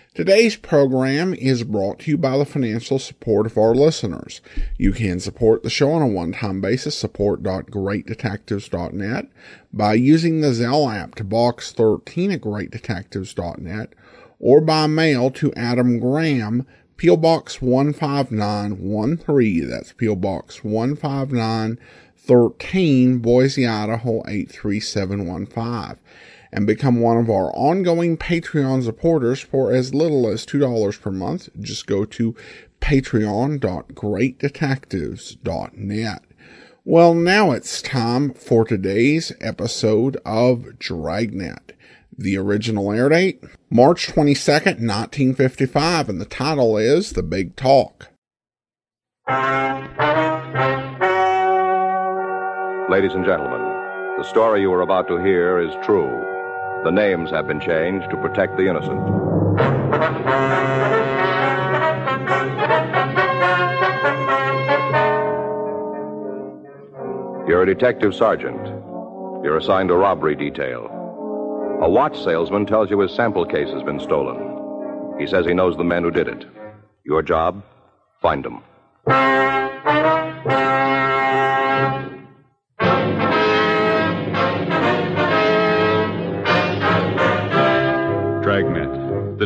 Today's program is brought to you by the financial support of our listeners. You can support the show on a one-time basis, support.greatdetectives.net, by using the Zelle app to box 13 at greatdetectives.net, or by mail to Adam Graham, P.O. Box 15913. That's P.O. Box 15913, Boise, Idaho 83715. And become one of our ongoing Patreon supporters for as little as $2 per month. Just go to patreon.greatdetectives.net. Well, now it's time for today's episode of Dragnet. The original air date, March 22nd, 1955, and the title is The Big Talk. Ladies and gentlemen, the story you are about to hear is true. The names have been changed to protect the innocent. You're a detective sergeant. You're assigned a robbery detail. A watch salesman tells you his sample case has been stolen. He says he knows the men who did it. Your job? Find them. Dragnet, the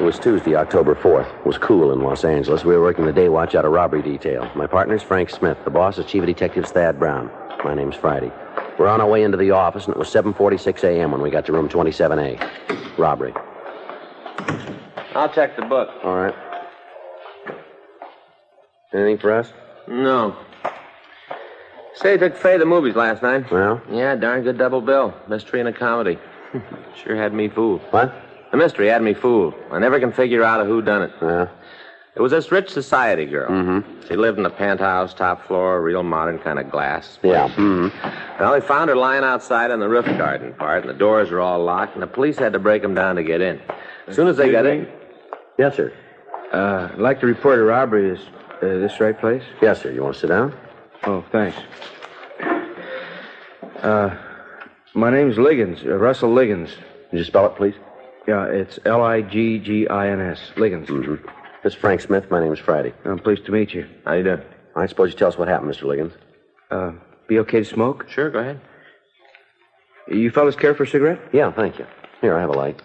It was Tuesday, October 4th. It was cool in Los Angeles. We were working the day watch out of robbery detail. My partner's Frank Smith. The boss is Chief of Detectives Thad Brown. My name's Friday. We're on our way into the office, and it was 7.46 a.m. when we got to room 27A. Robbery. I'll check the book. All right. Anything for us? No. Say, took Faye to movies last night. Well, Yeah, darn good double bill. Mystery and a comedy. sure had me fooled. what? The mystery had me fooled. I never can figure out who done it. Yeah. It was this rich society girl. Mm-hmm. She lived in a penthouse, top floor, real modern kind of glass. Yeah. Well, they found her lying outside in the roof garden part, and the doors were all locked, and the police had to break them down to get in. As soon as they got in, Yes, sir. Uh, I'd like to report a robbery. Is uh, this the right place? Yes, sir. You want to sit down? Oh, thanks. Uh, my name's Liggins, uh, Russell Liggins. Could you spell it, please? Yeah, it's L I G G I N S, Liggins. Mm-hmm. This is Frank Smith. My name's Friday. I'm pleased to meet you. how you doing? I suppose you tell us what happened, Mr. Liggins. Uh, be okay to smoke? Sure, go ahead. You fellas care for a cigarette? Yeah, thank you. Here, I have a light.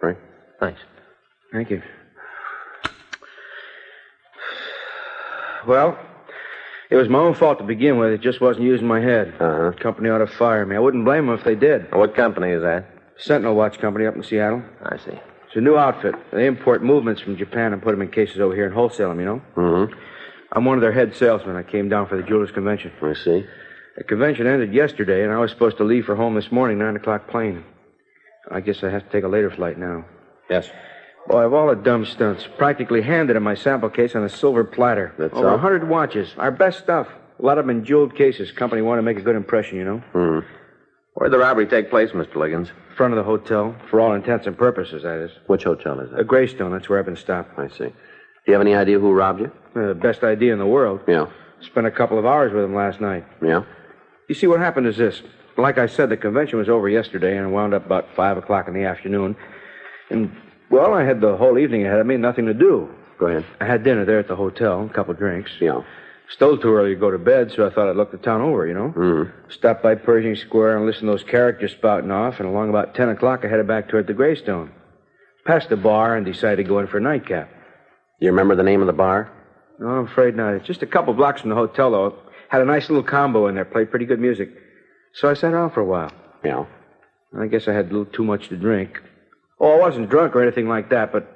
Frank? Thanks. Thank you. Well, it was my own fault to begin with. It just wasn't using my head. Uh-huh. Company ought to fire me. I wouldn't blame them if they did. Now, what company is that? Sentinel Watch Company up in Seattle. I see. It's a new outfit. They import movements from Japan and put them in cases over here and wholesale them, you know? Mm-hmm. I'm one of their head salesmen. I came down for the jewelers' convention. I see. The convention ended yesterday, and I was supposed to leave for home this morning, 9 o'clock plane. I guess I have to take a later flight now. Yes. Boy, of all the dumb stunts, practically handed him my sample case on a silver platter. That's Over all? a 100 watches. Our best stuff. A lot of them in jeweled cases. Company wanted to make a good impression, you Mm. know? Where'd the robbery take place, Mr. Liggins? Front of the hotel, for all intents and purposes, that is. Which hotel is A that? Greystone, that's where I've been stopped. I see. Do you have any idea who robbed you? The best idea in the world. Yeah. Spent a couple of hours with him last night. Yeah? You see, what happened is this. Like I said, the convention was over yesterday and wound up about 5 o'clock in the afternoon. And, well, I had the whole evening ahead of me, nothing to do. Go ahead. I had dinner there at the hotel, a couple of drinks. Yeah. Stole too early to go to bed, so I thought I'd look the town over, you know? Mm-hmm. Stopped by Pershing Square and listened to those characters spouting off, and along about 10 o'clock, I headed back toward the Greystone. Passed the bar and decided to go in for a nightcap. Do you remember the name of the bar? No, I'm afraid not. It's just a couple blocks from the hotel, though. Had a nice little combo in there, played pretty good music. So I sat around for a while. Yeah. I guess I had a little too much to drink. Oh, I wasn't drunk or anything like that, but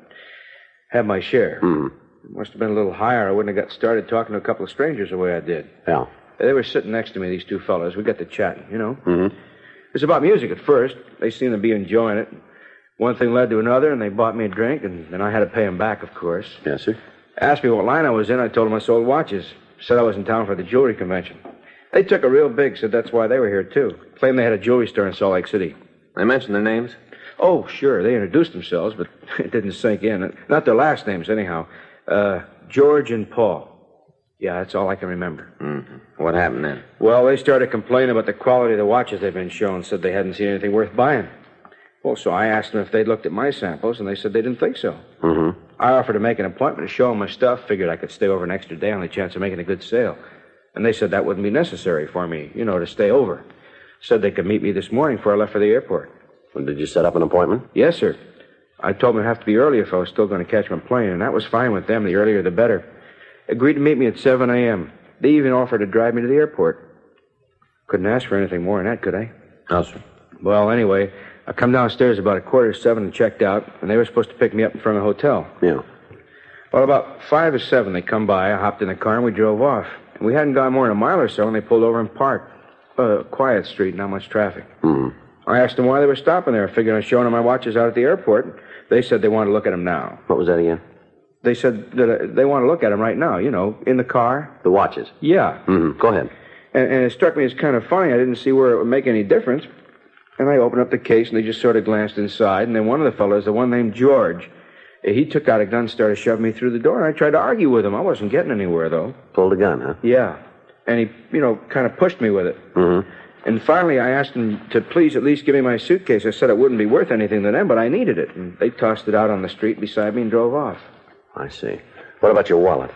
had my share. Hmm. Must have been a little higher. I wouldn't have got started talking to a couple of strangers the way I did. Yeah. They were sitting next to me, these two fellows. We got to chatting, you know. Mm-hmm. It was about music at first. They seemed to be enjoying it. One thing led to another, and they bought me a drink, and then I had to pay them back, of course. Yes, sir. Asked me what line I was in. I told them I sold watches. Said I was in town for the jewelry convention. They took a real big, said that's why they were here, too. Claimed they had a jewelry store in Salt Lake City. They mentioned their names? Oh, sure. They introduced themselves, but it didn't sink in. Not their last names, anyhow. Uh, George and Paul. Yeah, that's all I can remember. What happened then? Well, they started complaining about the quality of the watches they've been shown, said they hadn't seen anything worth buying. Well, so I asked them if they'd looked at my samples, and they said they didn't think so. Mm-hmm. I offered to make an appointment to show them my stuff, figured I could stay over an extra day on the chance of making a good sale. And they said that wouldn't be necessary for me, you know, to stay over. Said they could meet me this morning before I left for the airport. Well, did you set up an appointment? Yes, sir. I told them it'd have to be early if I was still going to catch my plane, and that was fine with them. The earlier the better. Agreed to meet me at 7 a.m. They even offered to drive me to the airport. Couldn't ask for anything more than that, could I? No, sir. Well, anyway, I come downstairs about a quarter to seven and checked out, and they were supposed to pick me up in front of the hotel. Yeah. Well, about five or seven, they come by. I hopped in the car and we drove off. And we hadn't gone more than a mile or so when they pulled over and parked. A quiet street, not much traffic. Hmm. I asked them why they were stopping there, figuring on showing them my watches out at the airport. They said they wanted to look at them now. What was that again? They said that uh, they want to look at them right now, you know, in the car. The watches. Yeah. Mm-hmm. Go ahead. And, and it struck me as kind of funny. I didn't see where it would make any difference. And I opened up the case, and they just sort of glanced inside. And then one of the fellows, the one named George, he took out a gun, started shoving me through the door, and I tried to argue with him. I wasn't getting anywhere, though. Pulled a gun, huh? Yeah. And he, you know, kind of pushed me with it. Mm-hmm. And finally, I asked him to please at least give me my suitcase. I said it wouldn't be worth anything to them, but I needed it. And they tossed it out on the street beside me and drove off. I see. What about your wallet?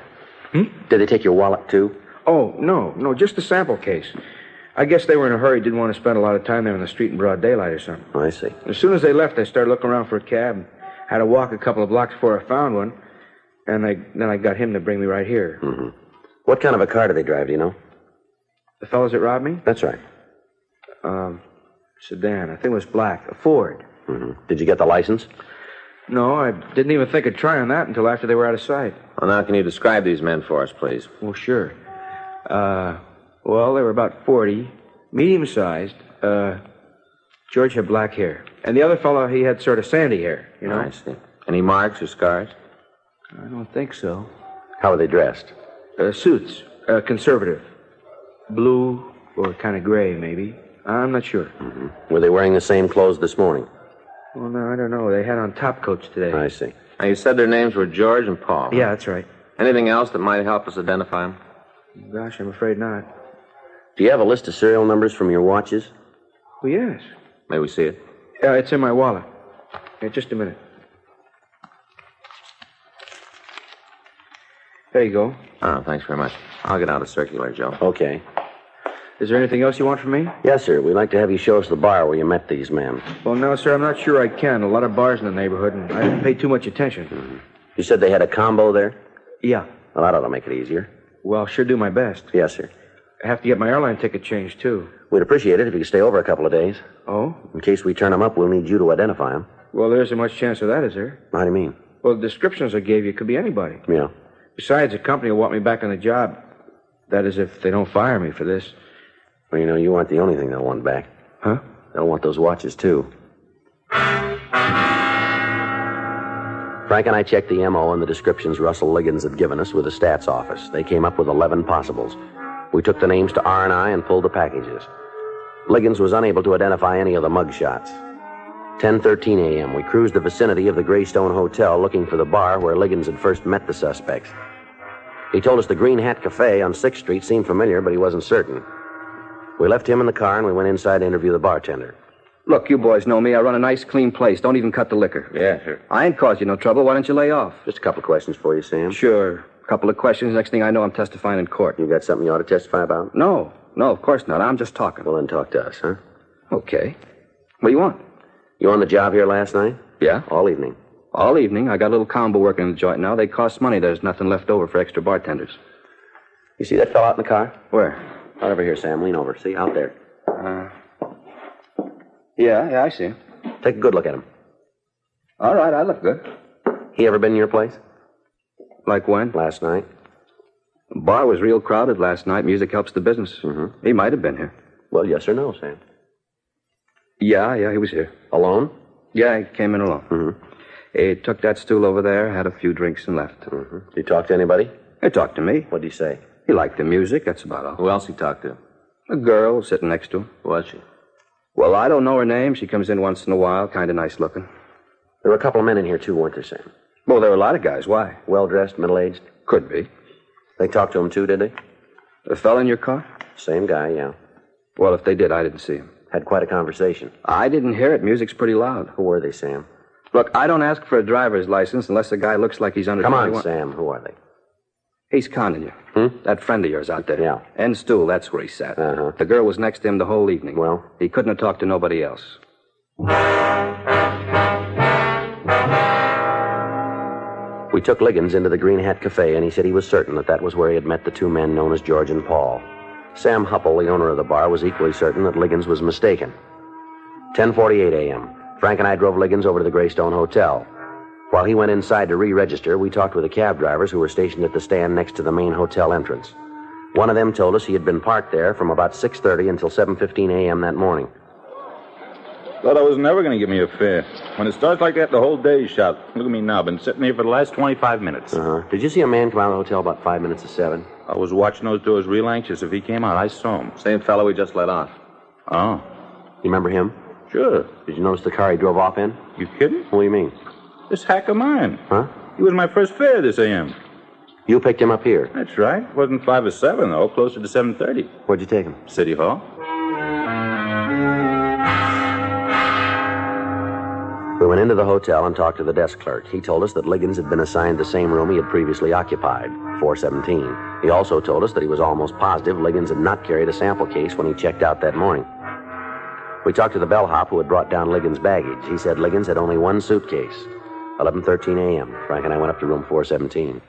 Hmm? Did they take your wallet too? Oh, no, no, just the sample case. I guess they were in a hurry, didn't want to spend a lot of time there in the street in broad daylight or something. Oh, I see. As soon as they left, I started looking around for a cab. Had to walk a couple of blocks before I found one, and I, then I got him to bring me right here. What kind of a car do they drive? Do you know? The fellows that robbed me? That's right. Um, sedan. I think it was black. A Ford. hmm Did you get the license? No, I didn't even think of trying that until after they were out of sight. Well, now, can you describe these men for us, please? Well, sure. Uh, well, they were about 40, medium sized. Uh, George had black hair. And the other fellow, he had sort of sandy hair, you know? I see. Any marks or scars? I don't think so. How were they dressed? Uh, suits, uh, conservative. Blue or kind of gray, maybe. I'm not sure. Were they wearing the same clothes this morning? Well, no, I don't know. They had on top coats today. I see. Now, you said their names were George and Paul. Yeah, that's right. Anything else that might help us identify them? Gosh, I'm afraid not. Do you have a list of serial numbers from your watches? Well, Oh, yes. May we see it? Yeah, it's in my wallet. Yeah, just a minute. There you go. Oh, thanks very much. I'll get out a circular, Joe. Okay. Is there anything else you want from me? Yes, sir. We'd like to have you show us the bar where you met these men. Well, no, sir, I'm not sure I can. A lot of bars in the neighborhood, and I didn't pay too much Hmm. attention. You said they had a combo there? Yeah. Well, that ought to make it easier. Well, I'll sure do my best. Yes, sir. I have to get my airline ticket changed, too. We'd appreciate it if you could stay over a couple of days. Oh? In case we turn them up, we'll need you to identify them. Well, there isn't much chance of that, is there? How do you mean? Well, the descriptions I gave you could be anybody. Yeah. Besides, the company will want me back on the job. That is, if they don't fire me for this. Well, you know, you aren't the only thing they'll want back. Huh? They'll want those watches, too. Frank and I checked the MO and the descriptions Russell Liggins had given us with the stats office. They came up with 11 possibles. We took the names to R&I and pulled the packages. Liggins was unable to identify any of the mug shots. 10:13 a.m. We cruised the vicinity of the Greystone Hotel looking for the bar where Liggins had first met the suspects. He told us the Green Hat Cafe on 6th Street seemed familiar, but he wasn't certain. We left him in the car and we went inside to interview the bartender. Look, you boys know me. I run a nice, clean place. Don't even cut the liquor. Yeah, sure. I ain't caused you no trouble. Why don't you lay off? Just a couple of questions for you, Sam. Sure. Couple of questions. Next thing I know, I'm testifying in court. You got something you ought to testify about? No, no, of course not. I'm just talking. Well, then talk to us, huh? Okay. What do you want? You on the job here last night? Yeah? All evening. All evening. I got a little combo working in the joint now. They cost money. There's nothing left over for extra bartenders. You see that fellow out in the car? Where? Out over here, Sam. Lean over. See, out there. Yeah, yeah, I see him. Take a good look at him. All right, I look good. He ever been in your place? Like when? Last night? Bar was real crowded last night. Music helps the business. Mm-hmm. He might have been here. Well, yes or no, Sam? Yeah, yeah, he was here. Alone? Yeah, he came in alone. Mm-hmm. He took that stool over there, had a few drinks, and left. Mm-hmm. Did you talk to anybody? He talked to me. What'd he say? He liked the music. That's about all. Who else he talked to? A girl sitting next to him. Was she? Well, I don't know her name. She comes in once in a while, kind of nice looking. There were a couple of men in here, too, weren't there, Sam? Well, there were a lot of guys. Why? Well dressed, middle aged. Could be. They talked to him, too, did they? The fella in your car? Same guy, yeah. Well, if they did, I didn't see him. Had quite a conversation. I didn't hear it. Music's pretty loud. Who were they, Sam? Look, I don't ask for a driver's license unless the guy looks like he's under Come on, 21. Sam. Who are they? He's conning you. Hmm? That friend of yours out there. Yeah. End stool, that's where he sat. Uh-huh. The girl was next to him the whole evening. Well? He couldn't have talked to nobody else. We took Liggins into the Green Hat Cafe, and he said he was certain that that was where he had met the two men known as George and Paul. Sam Huppel, the owner of the bar, was equally certain that Liggins was mistaken. 10:48 a.m. Frank and I drove Liggins over to the Greystone Hotel. While he went inside to re-register, we talked with the cab drivers who were stationed at the stand next to the main hotel entrance. One of them told us he had been parked there from about 6:30 until 7:15 a.m. that morning. Thought I was never going to give me a fare. When it starts like that, the whole day's shot. Look at me now. Been sitting here for the last 25 minutes. Uh-huh. Did you see a man come out of the hotel about five minutes to seven? I was watching those doors real anxious. If he came out, I saw him. Same fellow we just let off. Oh, You remember him? sure. Did you notice the car he drove off in? You kidding? What do you mean? This hack of mine. Huh? He was my first fare this AM. You picked him up here. That's right. Wasn't five or seven though. Closer to 7:30. Where'd you take him? City Hall. We went into the hotel and talked to the desk clerk. He told us that Liggins had been assigned the same room he had previously occupied, 417. He also told us that he was almost positive Liggins had not carried a sample case when he checked out that morning. We talked to the bellhop who had brought down Liggins' baggage. He said Liggins had only one suitcase. 11:13 a.m. Frank and I went up to room 417.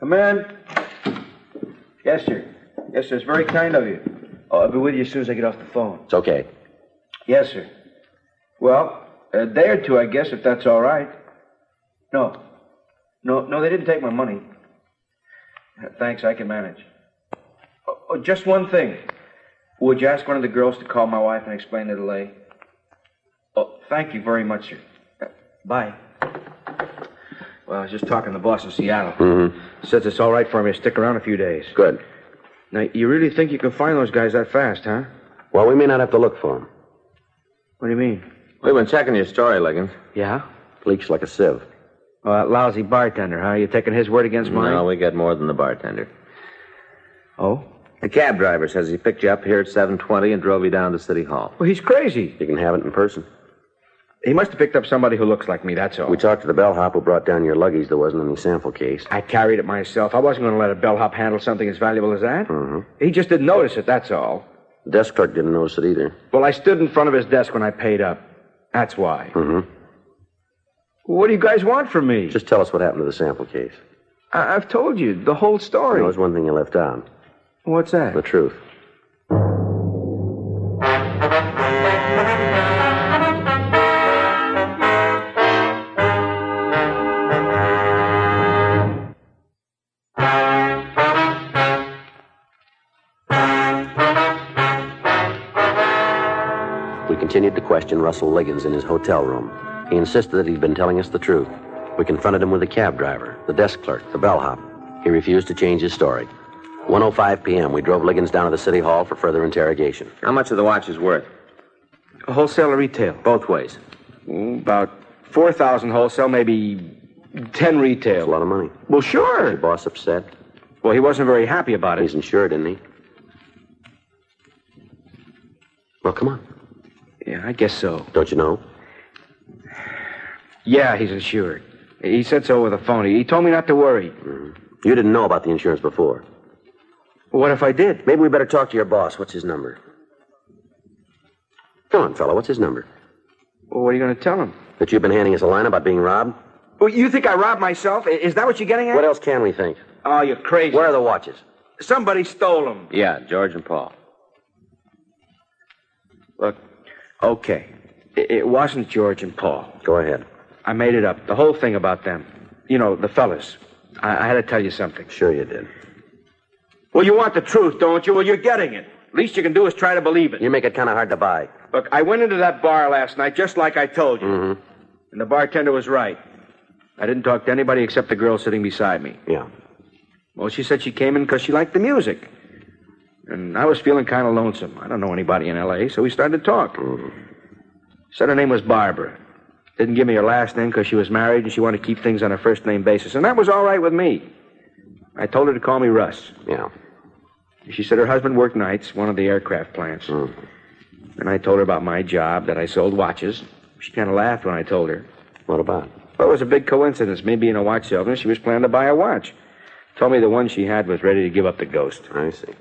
Come in. Yes, sir. Yes, sir. It's very kind of you. Oh, I'll be with you as soon as I get off the phone. It's okay. Yes, sir. Well, a day or two, I guess, if that's all right. No. No, no, they didn't take my money. Uh, Thanks, I can manage. Oh, oh, just one thing. Would you ask one of the girls to call my wife and explain the delay? Oh, thank you very much, sir. Uh, Bye. Well, I was just talking to the boss in Seattle. Says it's all right for me to stick around a few days. Good. Now, you really think you can find those guys that fast, huh? Well, we may not have to look for him. What do you mean? We've been checking your story, Liggins. Yeah? Leaks like a sieve. Well, that lousy bartender, huh? You taking his word against mine? No, we get more than the bartender. Oh? The cab driver says he picked you up here at 7.20 and drove you down to City Hall. Well, he's crazy. You can have it in person. He must have picked up somebody who looks like me, that's all. We talked to the bellhop who brought down your luggage. There wasn't any sample case. I carried it myself. I wasn't going to let a bellhop handle something as valuable as that. Mm-hmm. He just didn't notice it, that's all. The desk clerk didn't notice it either. Well, I stood in front of his desk when I paid up. That's why. Mm-hmm. What do you guys want from me? Just tell us what happened to the sample case. I- I've told you the whole story. There was one thing you left out. What's that? The truth. We continued to question Russell Liggins in his hotel room. He insisted that he'd been telling us the truth. We confronted him with the cab driver, the desk clerk, the bellhop. He refused to change his story. 1.05 p.m., we drove Liggins down to the city hall for further interrogation. How much of the watch is worth? Wholesale or retail? Both ways. About 4,000 wholesale, maybe 10 That's a retail. lot of money. Your Well, sure. boss upset? Well, he wasn't very happy about it. He's insured, isn't he? Well, come on. Yeah, I guess so. Don't you know? Yeah, he's insured. He said so over the phone. He told me not to worry. You didn't know about the insurance before. What if I did? Maybe we better talk to your boss. What's his number? Come on, fella. What's his number? Well, what are you going to tell him? That you've been handing us a line about being robbed? Well, Well, you think I robbed myself? I- Is that what you're getting at? What else can we think? Oh, you're crazy. Where are the watches? Somebody stole them. Yeah, George and Paul. Look, okay. It, it wasn't George and Paul. Go ahead. I made it up. The whole thing about them. You know, the fellas. I, I had to tell you something. Sure you did. Well, you want the truth, don't you? Well, you're getting it. Least you can do is try to believe it. You make it kind of hard to buy. Look, I went into that bar last night just like I told you. And the bartender was right. I didn't talk to anybody except the girl sitting beside me. Yeah. Well, she said she came in because she liked the music. And I was feeling kind of lonesome. I don't know anybody in L.A., so we started to talk. Said her name was Barbara. Didn't give me her last name because she was married and she wanted to keep things on a first name basis. And that was all right with me. I told her to call me Russ. Yeah. She said her husband worked nights, one of the aircraft plants. And I told her about my job, that I sold watches. She kind of laughed when I told her. What about? Well, it was a big coincidence. Me being a watch salesman, she was planning to buy a watch. Told me the one she had was ready to give up the ghost. I see.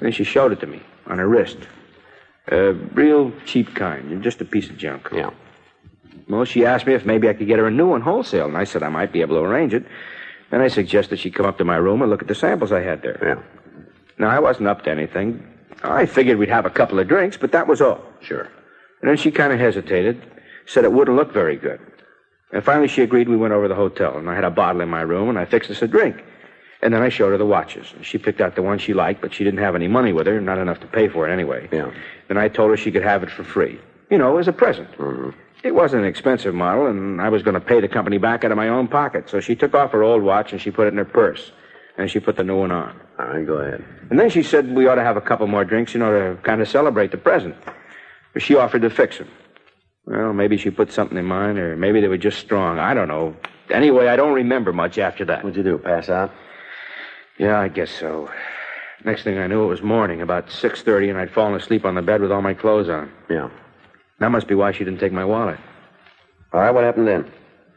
Then she showed it to me on her wrist. A real cheap kind, just a piece of junk. Yeah. Well, she asked me if maybe I could get her a new one wholesale, and I said I might be able to arrange it. Then I suggested she come up to my room and look at the samples I had there. Yeah. Now, I wasn't up to anything. I figured we'd have a couple of drinks, but that was all. Sure. And then she kind of hesitated, said it wouldn't look very good. And finally, she agreed we went over to the hotel, and I had a bottle in my room, and I fixed us a drink. And then I showed her the watches. And she picked out the one she liked, but she didn't have any money with her, not enough to pay for it anyway. Yeah. Then I told her she could have it for free, you know, as a present. It wasn't an expensive model, and I was going to pay the company back out of my own pocket. So she took off her old watch and she put it in her purse, and she put the new one on. All right, go ahead. And then she said we ought to have a couple more drinks in order to kind of celebrate the present. But she offered to fix them. Well, maybe she put something in mine, or maybe they were just strong. I don't know. Anyway, I don't remember much after that. What'd you do? Pass out? Yeah, I guess so. Next thing I knew, it was morning, about 6.30, and I'd fallen asleep on the bed with all my clothes on. Yeah. That must be why she didn't take my wallet. All right, what happened then?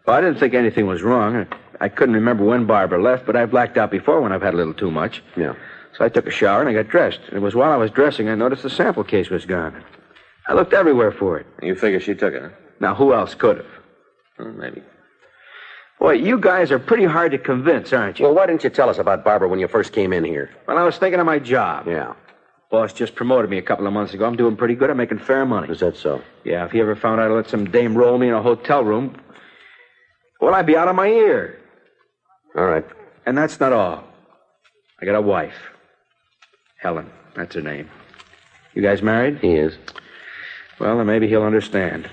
Well, I didn't think anything was wrong. I couldn't remember when Barbara left, but I blacked out before when I've had a little too much. Yeah. So I took a shower and I got dressed. And it was while I was dressing I noticed the sample case was gone. I looked everywhere for it. You figure she took it, huh? Now, who else could have? Well, maybe. Boy, you guys are pretty hard to convince, aren't you? Well, why didn't you tell us about Barbara when you first came in here? Well, I was thinking of my job. Yeah. Boss just promoted me a couple of months ago. I'm doing pretty good. I'm making fair money. Is that so? Yeah, if he ever found out I let some dame roll me in a hotel room, well, I'd be out of my ear. All right. And that's not all. I got a wife. Helen, that's her name. You guys married? He is. Well, then maybe he'll understand.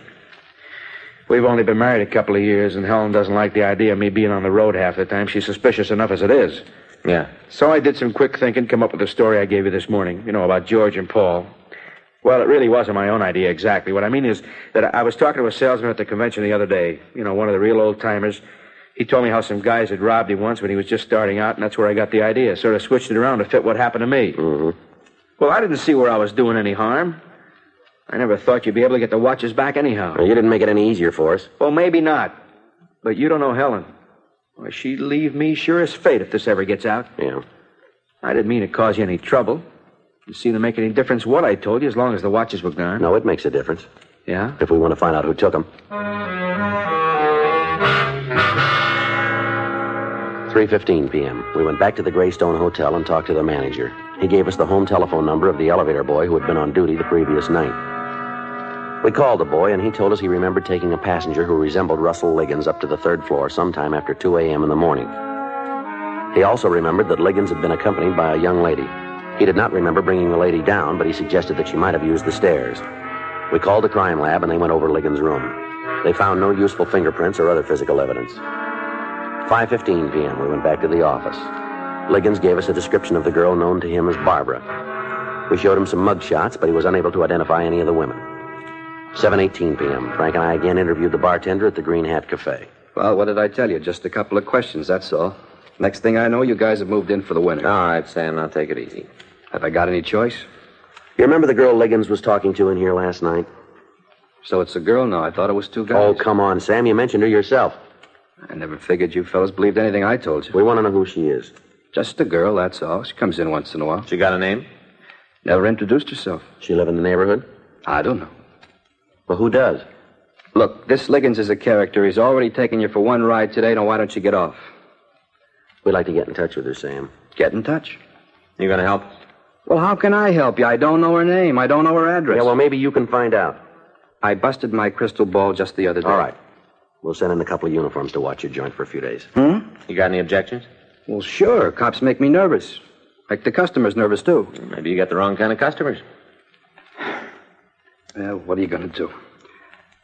We've only been married a couple of years, and Helen doesn't like the idea of me being on the road half the time. She's suspicious enough as it is. Yeah. So I did some quick thinking, come up with the story I gave you this morning, you know, about George and Paul. Well, it really wasn't my own idea exactly. What I mean is that I was talking to a salesman at the convention the other day, you know, one of the real old timers. He told me how some guys had robbed him once when he was just starting out, and that's where I got the idea. Sort of switched it around to fit what happened to me. Well, I didn't see where I was doing any harm. I never thought you'd be able to get the watches back anyhow. Well, you didn't make it any easier for us. Well, maybe not. But you don't know Helen. Why, she'd leave me sure as fate if this ever gets out. Yeah. I didn't mean to cause you any trouble. It seemed to make any difference what I told you as long as the watches were gone. No, it makes a difference Yeah? if we want to find out who took them. 3:15 p.m. We went back to the Greystone Hotel and talked to the manager. He gave us the home telephone number of the elevator boy who had been on duty the previous night. We called the boy, and he told us he remembered taking a passenger who resembled Russell Liggins up to the third floor sometime after 2 a.m. in the morning. He also remembered that Liggins had been accompanied by a young lady. He did not remember bringing the lady down, but he suggested that she might have used the stairs. We called the crime lab, and they went over Liggins' room. They found no useful fingerprints or other physical evidence. 5:15 p.m. we went back to the office. Liggins gave us a description of the girl known to him as Barbara. We showed him some mug shots, but he was unable to identify any of the women. 7:18 p.m. Frank and I again interviewed the bartender at the Green Hat Cafe. Well, what did I tell you? Just a couple of questions, that's all. Next thing I know, you guys have moved in for the winter. Ah. All right, Sam, now take it easy. Have I got any choice? You remember the girl Liggins was talking to in here last night? So it's a girl now. I thought it was two guys. Oh, come on, Sam, you mentioned her yourself. I never figured you fellas believed anything I told you. We want to know who she is. Just a girl, that's all. She comes in once in a while. She got a name? Never introduced herself. She live in the neighborhood? I don't know. Well, who does? Look, this Liggins is a character. He's already taken you for one ride today. Now, why don't you get off? We'd like to get in touch with her, Sam. Get in touch. You gonna help? Well, how can I help you? I don't know her name. I don't know her address. Yeah, well, maybe you can find out. I busted my crystal ball just the other day. All right. We'll send in a couple of uniforms to watch your joint for a few days. Hmm? You got any objections? Well, sure. Cops make me nervous. Like the customer's nervous, too. Maybe you got the wrong kind of customers. Well, what are you going to do?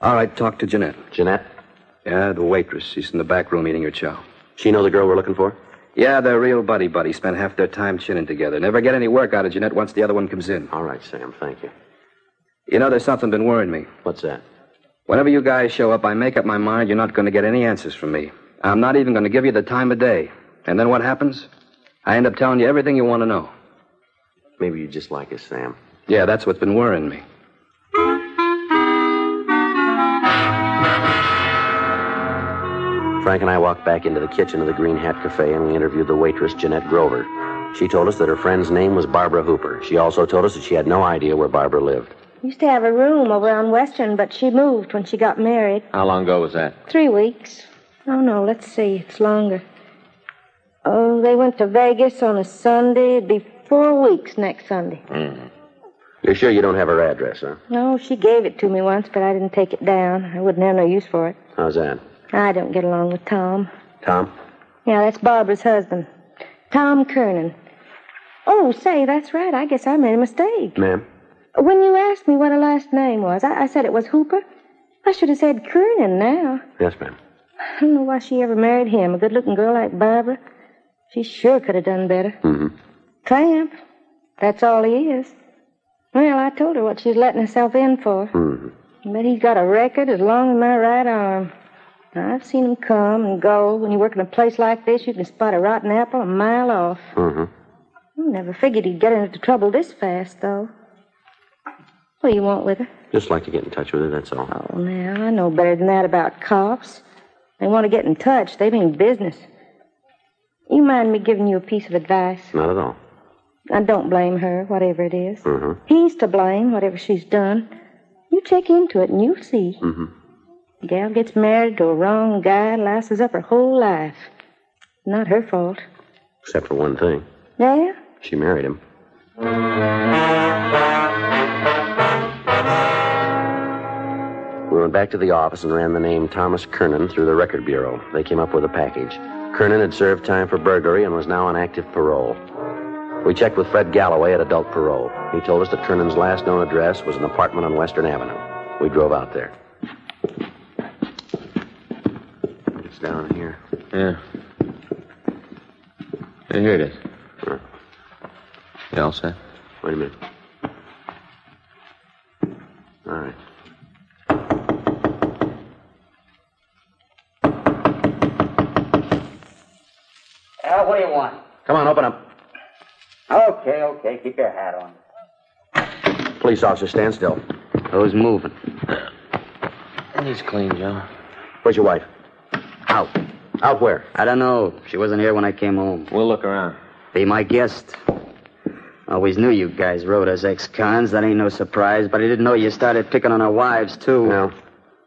All right, talk to Jeanette. Jeanette, Yeah, the waitress. She's in the back room eating her chow. she know the girl we're looking for? Yeah, they're real buddy buddy. Spend half their time chinning together. Never get any work out of Jeanette once the other one comes in. All right, Sam. Thank you. You know, there's something been worrying me. What's that? Whenever you guys show up, I make up my mind you're not going to get any answers from me. I'm not even going to give you the time of day. And then what happens? I end up telling you everything you want to know. Maybe you just like us, Sam. Yeah, that's what's been worrying me. Frank and I walked back into the kitchen of the Green Hat Cafe and we interviewed the waitress, Jeanette Grover. She told us that her friend's name was Barbara Hooper. She also told us that she had no idea where Barbara lived. Used to have a room over on Western, but she moved when she got married. How long ago was that? Three weeks. Oh, no, let's see. It's longer. Oh, they went to Vegas on a Sunday. It'd be four weeks next Sunday. You're sure you don't have her address, huh? No, she gave it to me once, but I didn't take it down. I wouldn't have no use for it. How's that? I don't get along with Tom. Tom? Yeah, that's Barbara's husband, Tom Kernan. Oh, say, that's right. I guess I made a mistake. Ma'am? When you asked me what her last name was, I, I said it was Hooper. I should have said Kernan now. Yes, ma'am. I don't know why she ever married him, a good looking girl like Barbara. She sure could have done better. Mhm. Tramp. That's all he is. Well, I told her what she's letting herself in for. Mhm. But he's got a record as long as my right arm. Now, I've seen him come and go. When you work in a place like this, you can spot a rotten apple a mile off. Mhm. I never figured he'd get into trouble this fast, though. What do you want with her? Just like to get in touch with her, that's all. Oh, now, I know better than that about cops. They want to get in touch. They mean business. You mind me giving you a piece of advice? Not at all. I don't blame her, whatever it is. Mhm. He's to blame, whatever she's done. You check into it and you'll see. Mm-hmm. Gal gets married to a wrong guy, lasses up her whole life. Not her fault. Except for one thing. Yeah? She married him. We went back to the office and ran the name Thomas Kernan through the record bureau. They came up with a package. Kernan had served time for burglary and was now on active parole. We checked with Fred Galloway at adult parole. He told us that Kernan's last known address was an apartment on Western Avenue. We drove out there. It's down here. Yeah. Yeah, Here it is. Huh. You all set? Wait a minute. All right. Al, what do you want? Come on, open up. Okay, okay, keep your hat on. Police officer, stand still. Who's moving? He's clean, Joe. Where's your wife? Out. Out where? I don't know. She wasn't here when I came home. We'll look around. Be my guest. Always knew you guys rode as ex-cons. That ain't no surprise. But I didn't know you started picking on our wives too. No.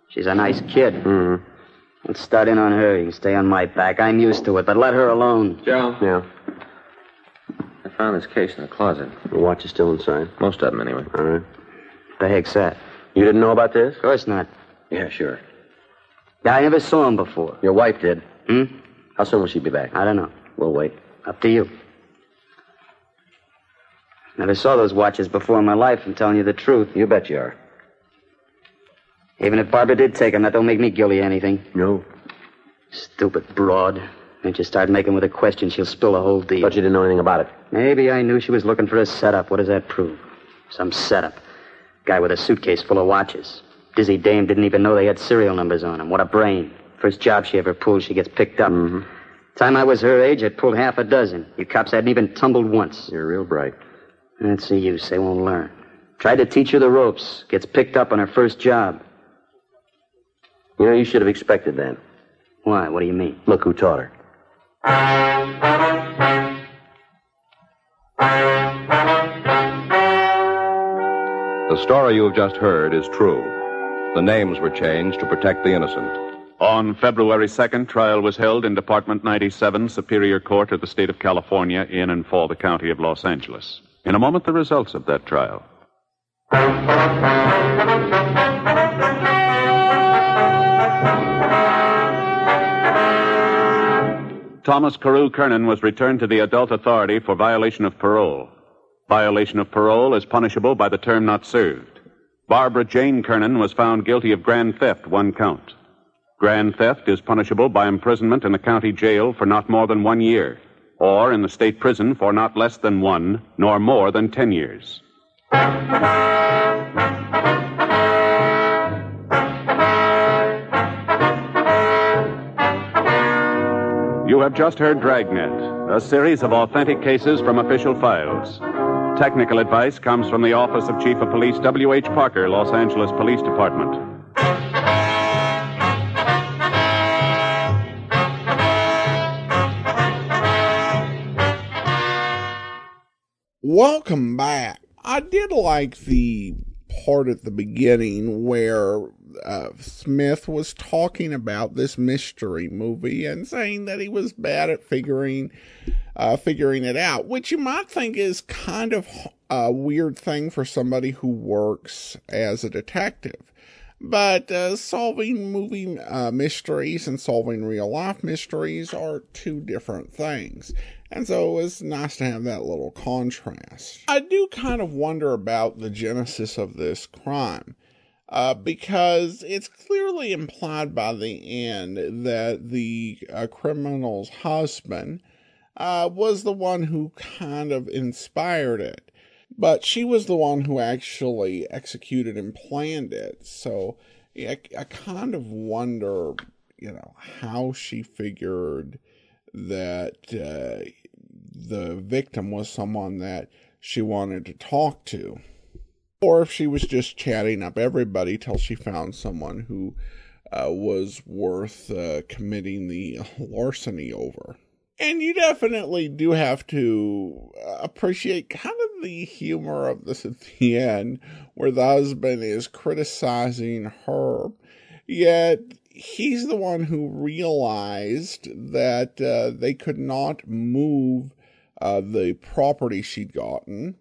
She's a nice kid. Mm-hmm. Let's start in on her. You can stay on my back. I'm used to it. But let her alone. Joe? Yeah. I found this case in the closet. Your watch is still inside. Most of them, anyway. All right. The heck's that? You didn't know about this? Of course not. Yeah, sure. Yeah, I never saw him before. Your wife did. Hmm? How soon will she be back? I don't know. We'll wait. Up to you. Never saw those watches before in my life, I'm telling you the truth. You bet you are. Even if Barbara did take them, that don't make me guilty of anything. No. Stupid broad. Don't you start making with a question, she'll spill the whole deal. But you didn't know anything about it. Maybe I knew she was looking for a setup. What does that prove? Some setup. Guy with a suitcase full of watches. Dizzy dame didn't even know they had serial numbers on them. What a brain. First job she ever pulled, she gets picked up. Time I was her age, I'd pulled half a dozen. You cops hadn't even tumbled once. You're real bright. That's the use. They won't learn. Tried to teach her the ropes. Gets picked up on her first job. You know, you should have expected that. Why? What do you mean? Look who taught her. The story you have just heard is true. The names were changed to protect the innocent. On February 2nd, trial was held in Department 97, Superior Court of the State of California, in and for the County of Los Angeles. In a moment, the results of that trial. Thomas Carew Kernan was returned to the adult authority for violation of parole. Violation of parole is punishable by the term not served. Barbara Jane Kernan was found guilty of grand theft, one count. Grand theft is punishable by imprisonment in the county jail for not more than one year, or in the state prison for not less than one, nor more than ten years. You have just heard Dragnet, a series of authentic cases from official files. Technical advice comes from the Office of Chief of Police W.H. Parker, Los Angeles Police Department. Welcome back. I did like the part at the beginning where uh, Smith was talking about this mystery movie and saying that he was bad at figuring uh, figuring it out, which you might think is kind of a weird thing for somebody who works as a detective. But uh, solving movie uh, mysteries and solving real life mysteries are two different things. And so it's nice to have that little contrast. I do kind of wonder about the genesis of this crime. Uh, because it's clearly implied by the end that the uh, criminal's husband uh, was the one who kind of inspired it. But she was the one who actually executed and planned it. So yeah, I, I kind of wonder, you know, how she figured that uh, the victim was someone that she wanted to talk to, or if she was just chatting up everybody till she found someone who uh, was worth uh, committing the larceny over. And you definitely do have to uh, appreciate kind of the humor of this at the end, where the husband is criticizing her, yet he's the one who realized that uh, they could not move uh, the property she'd gotten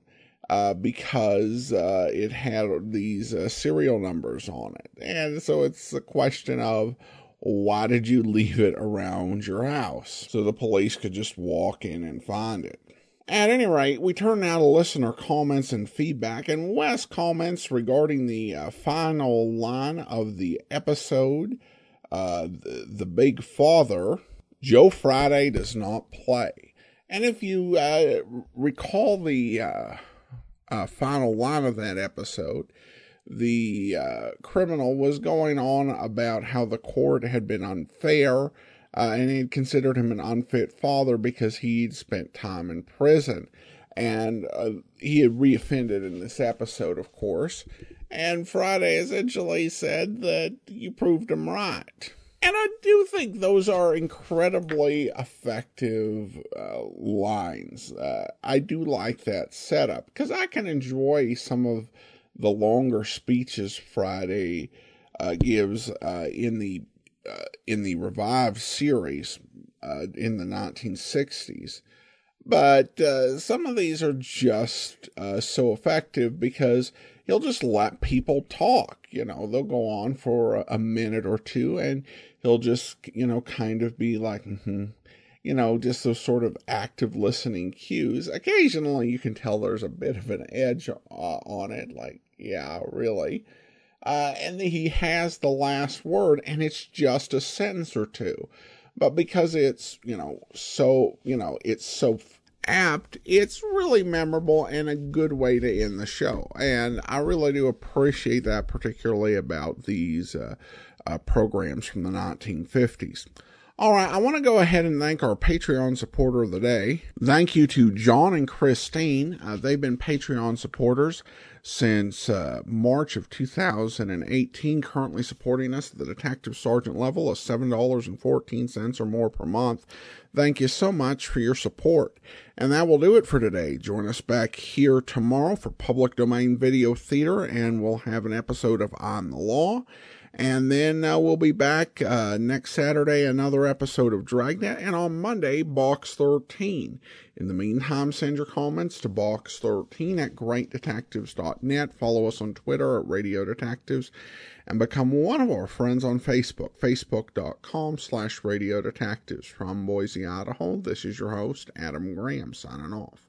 uh, because uh, it had these uh, serial numbers on it. And so it's a question of why did you leave it around your house so the police could just walk in and find it? At any rate, we turn now to listener comments and feedback, and Wes comments regarding the uh, final line of the episode. Uh, the, the Big Father, Joe Friday does not play. And if you uh, recall the uh, final line of that episode, the uh, criminal was going on about how the court had been unfair uh, and had considered him an unfit father because he'd spent time in prison. And uh, he had reoffended in this episode, of course and Friday essentially said that you proved him right. And I do think those are incredibly effective uh, lines. Uh, I do like that setup because I can enjoy some of the longer speeches Friday uh, gives in the uh, in the revived series uh, in the 1960s. But uh, some of these are just uh, so effective because he'll just let people talk. You know, they'll go on for a, a, minute or two and he'll just, you know, kind of be like, mm-hmm, you know, just those sort of active listening cues. Occasionally you can tell there's a bit of an edge uh, on it, like, yeah, really. Uh, and he has the last word and it's just a sentence or two. But because it's, you know, so, you know, it's so apt, it's really memorable and a good way to end the show. And I really do appreciate that, particularly about these uh, uh, programs from the 1950s. All right, I want to go ahead and thank our Patreon supporter of the day. Thank you to John and Christine. Uh, they've been Patreon supporters since uh, March of 2018, currently supporting us at the detective sergeant level of $7.14 or more per month. Thank you so much for your support. And that will do it for today. Join us back here tomorrow for Public Domain Video Theater, and we'll have an episode of On the Law. And then uh, we'll be back uh, next Saturday, another episode of Dragnet, and on Monday, Box 13. In the meantime, send your comments to box13 at greatdetectives.net. Follow us on Twitter at Radio Detectives and become one of our friends on Facebook, facebook.com slash Radio Detectives. From Boise, Idaho, this is your host, Adam Graham, signing off.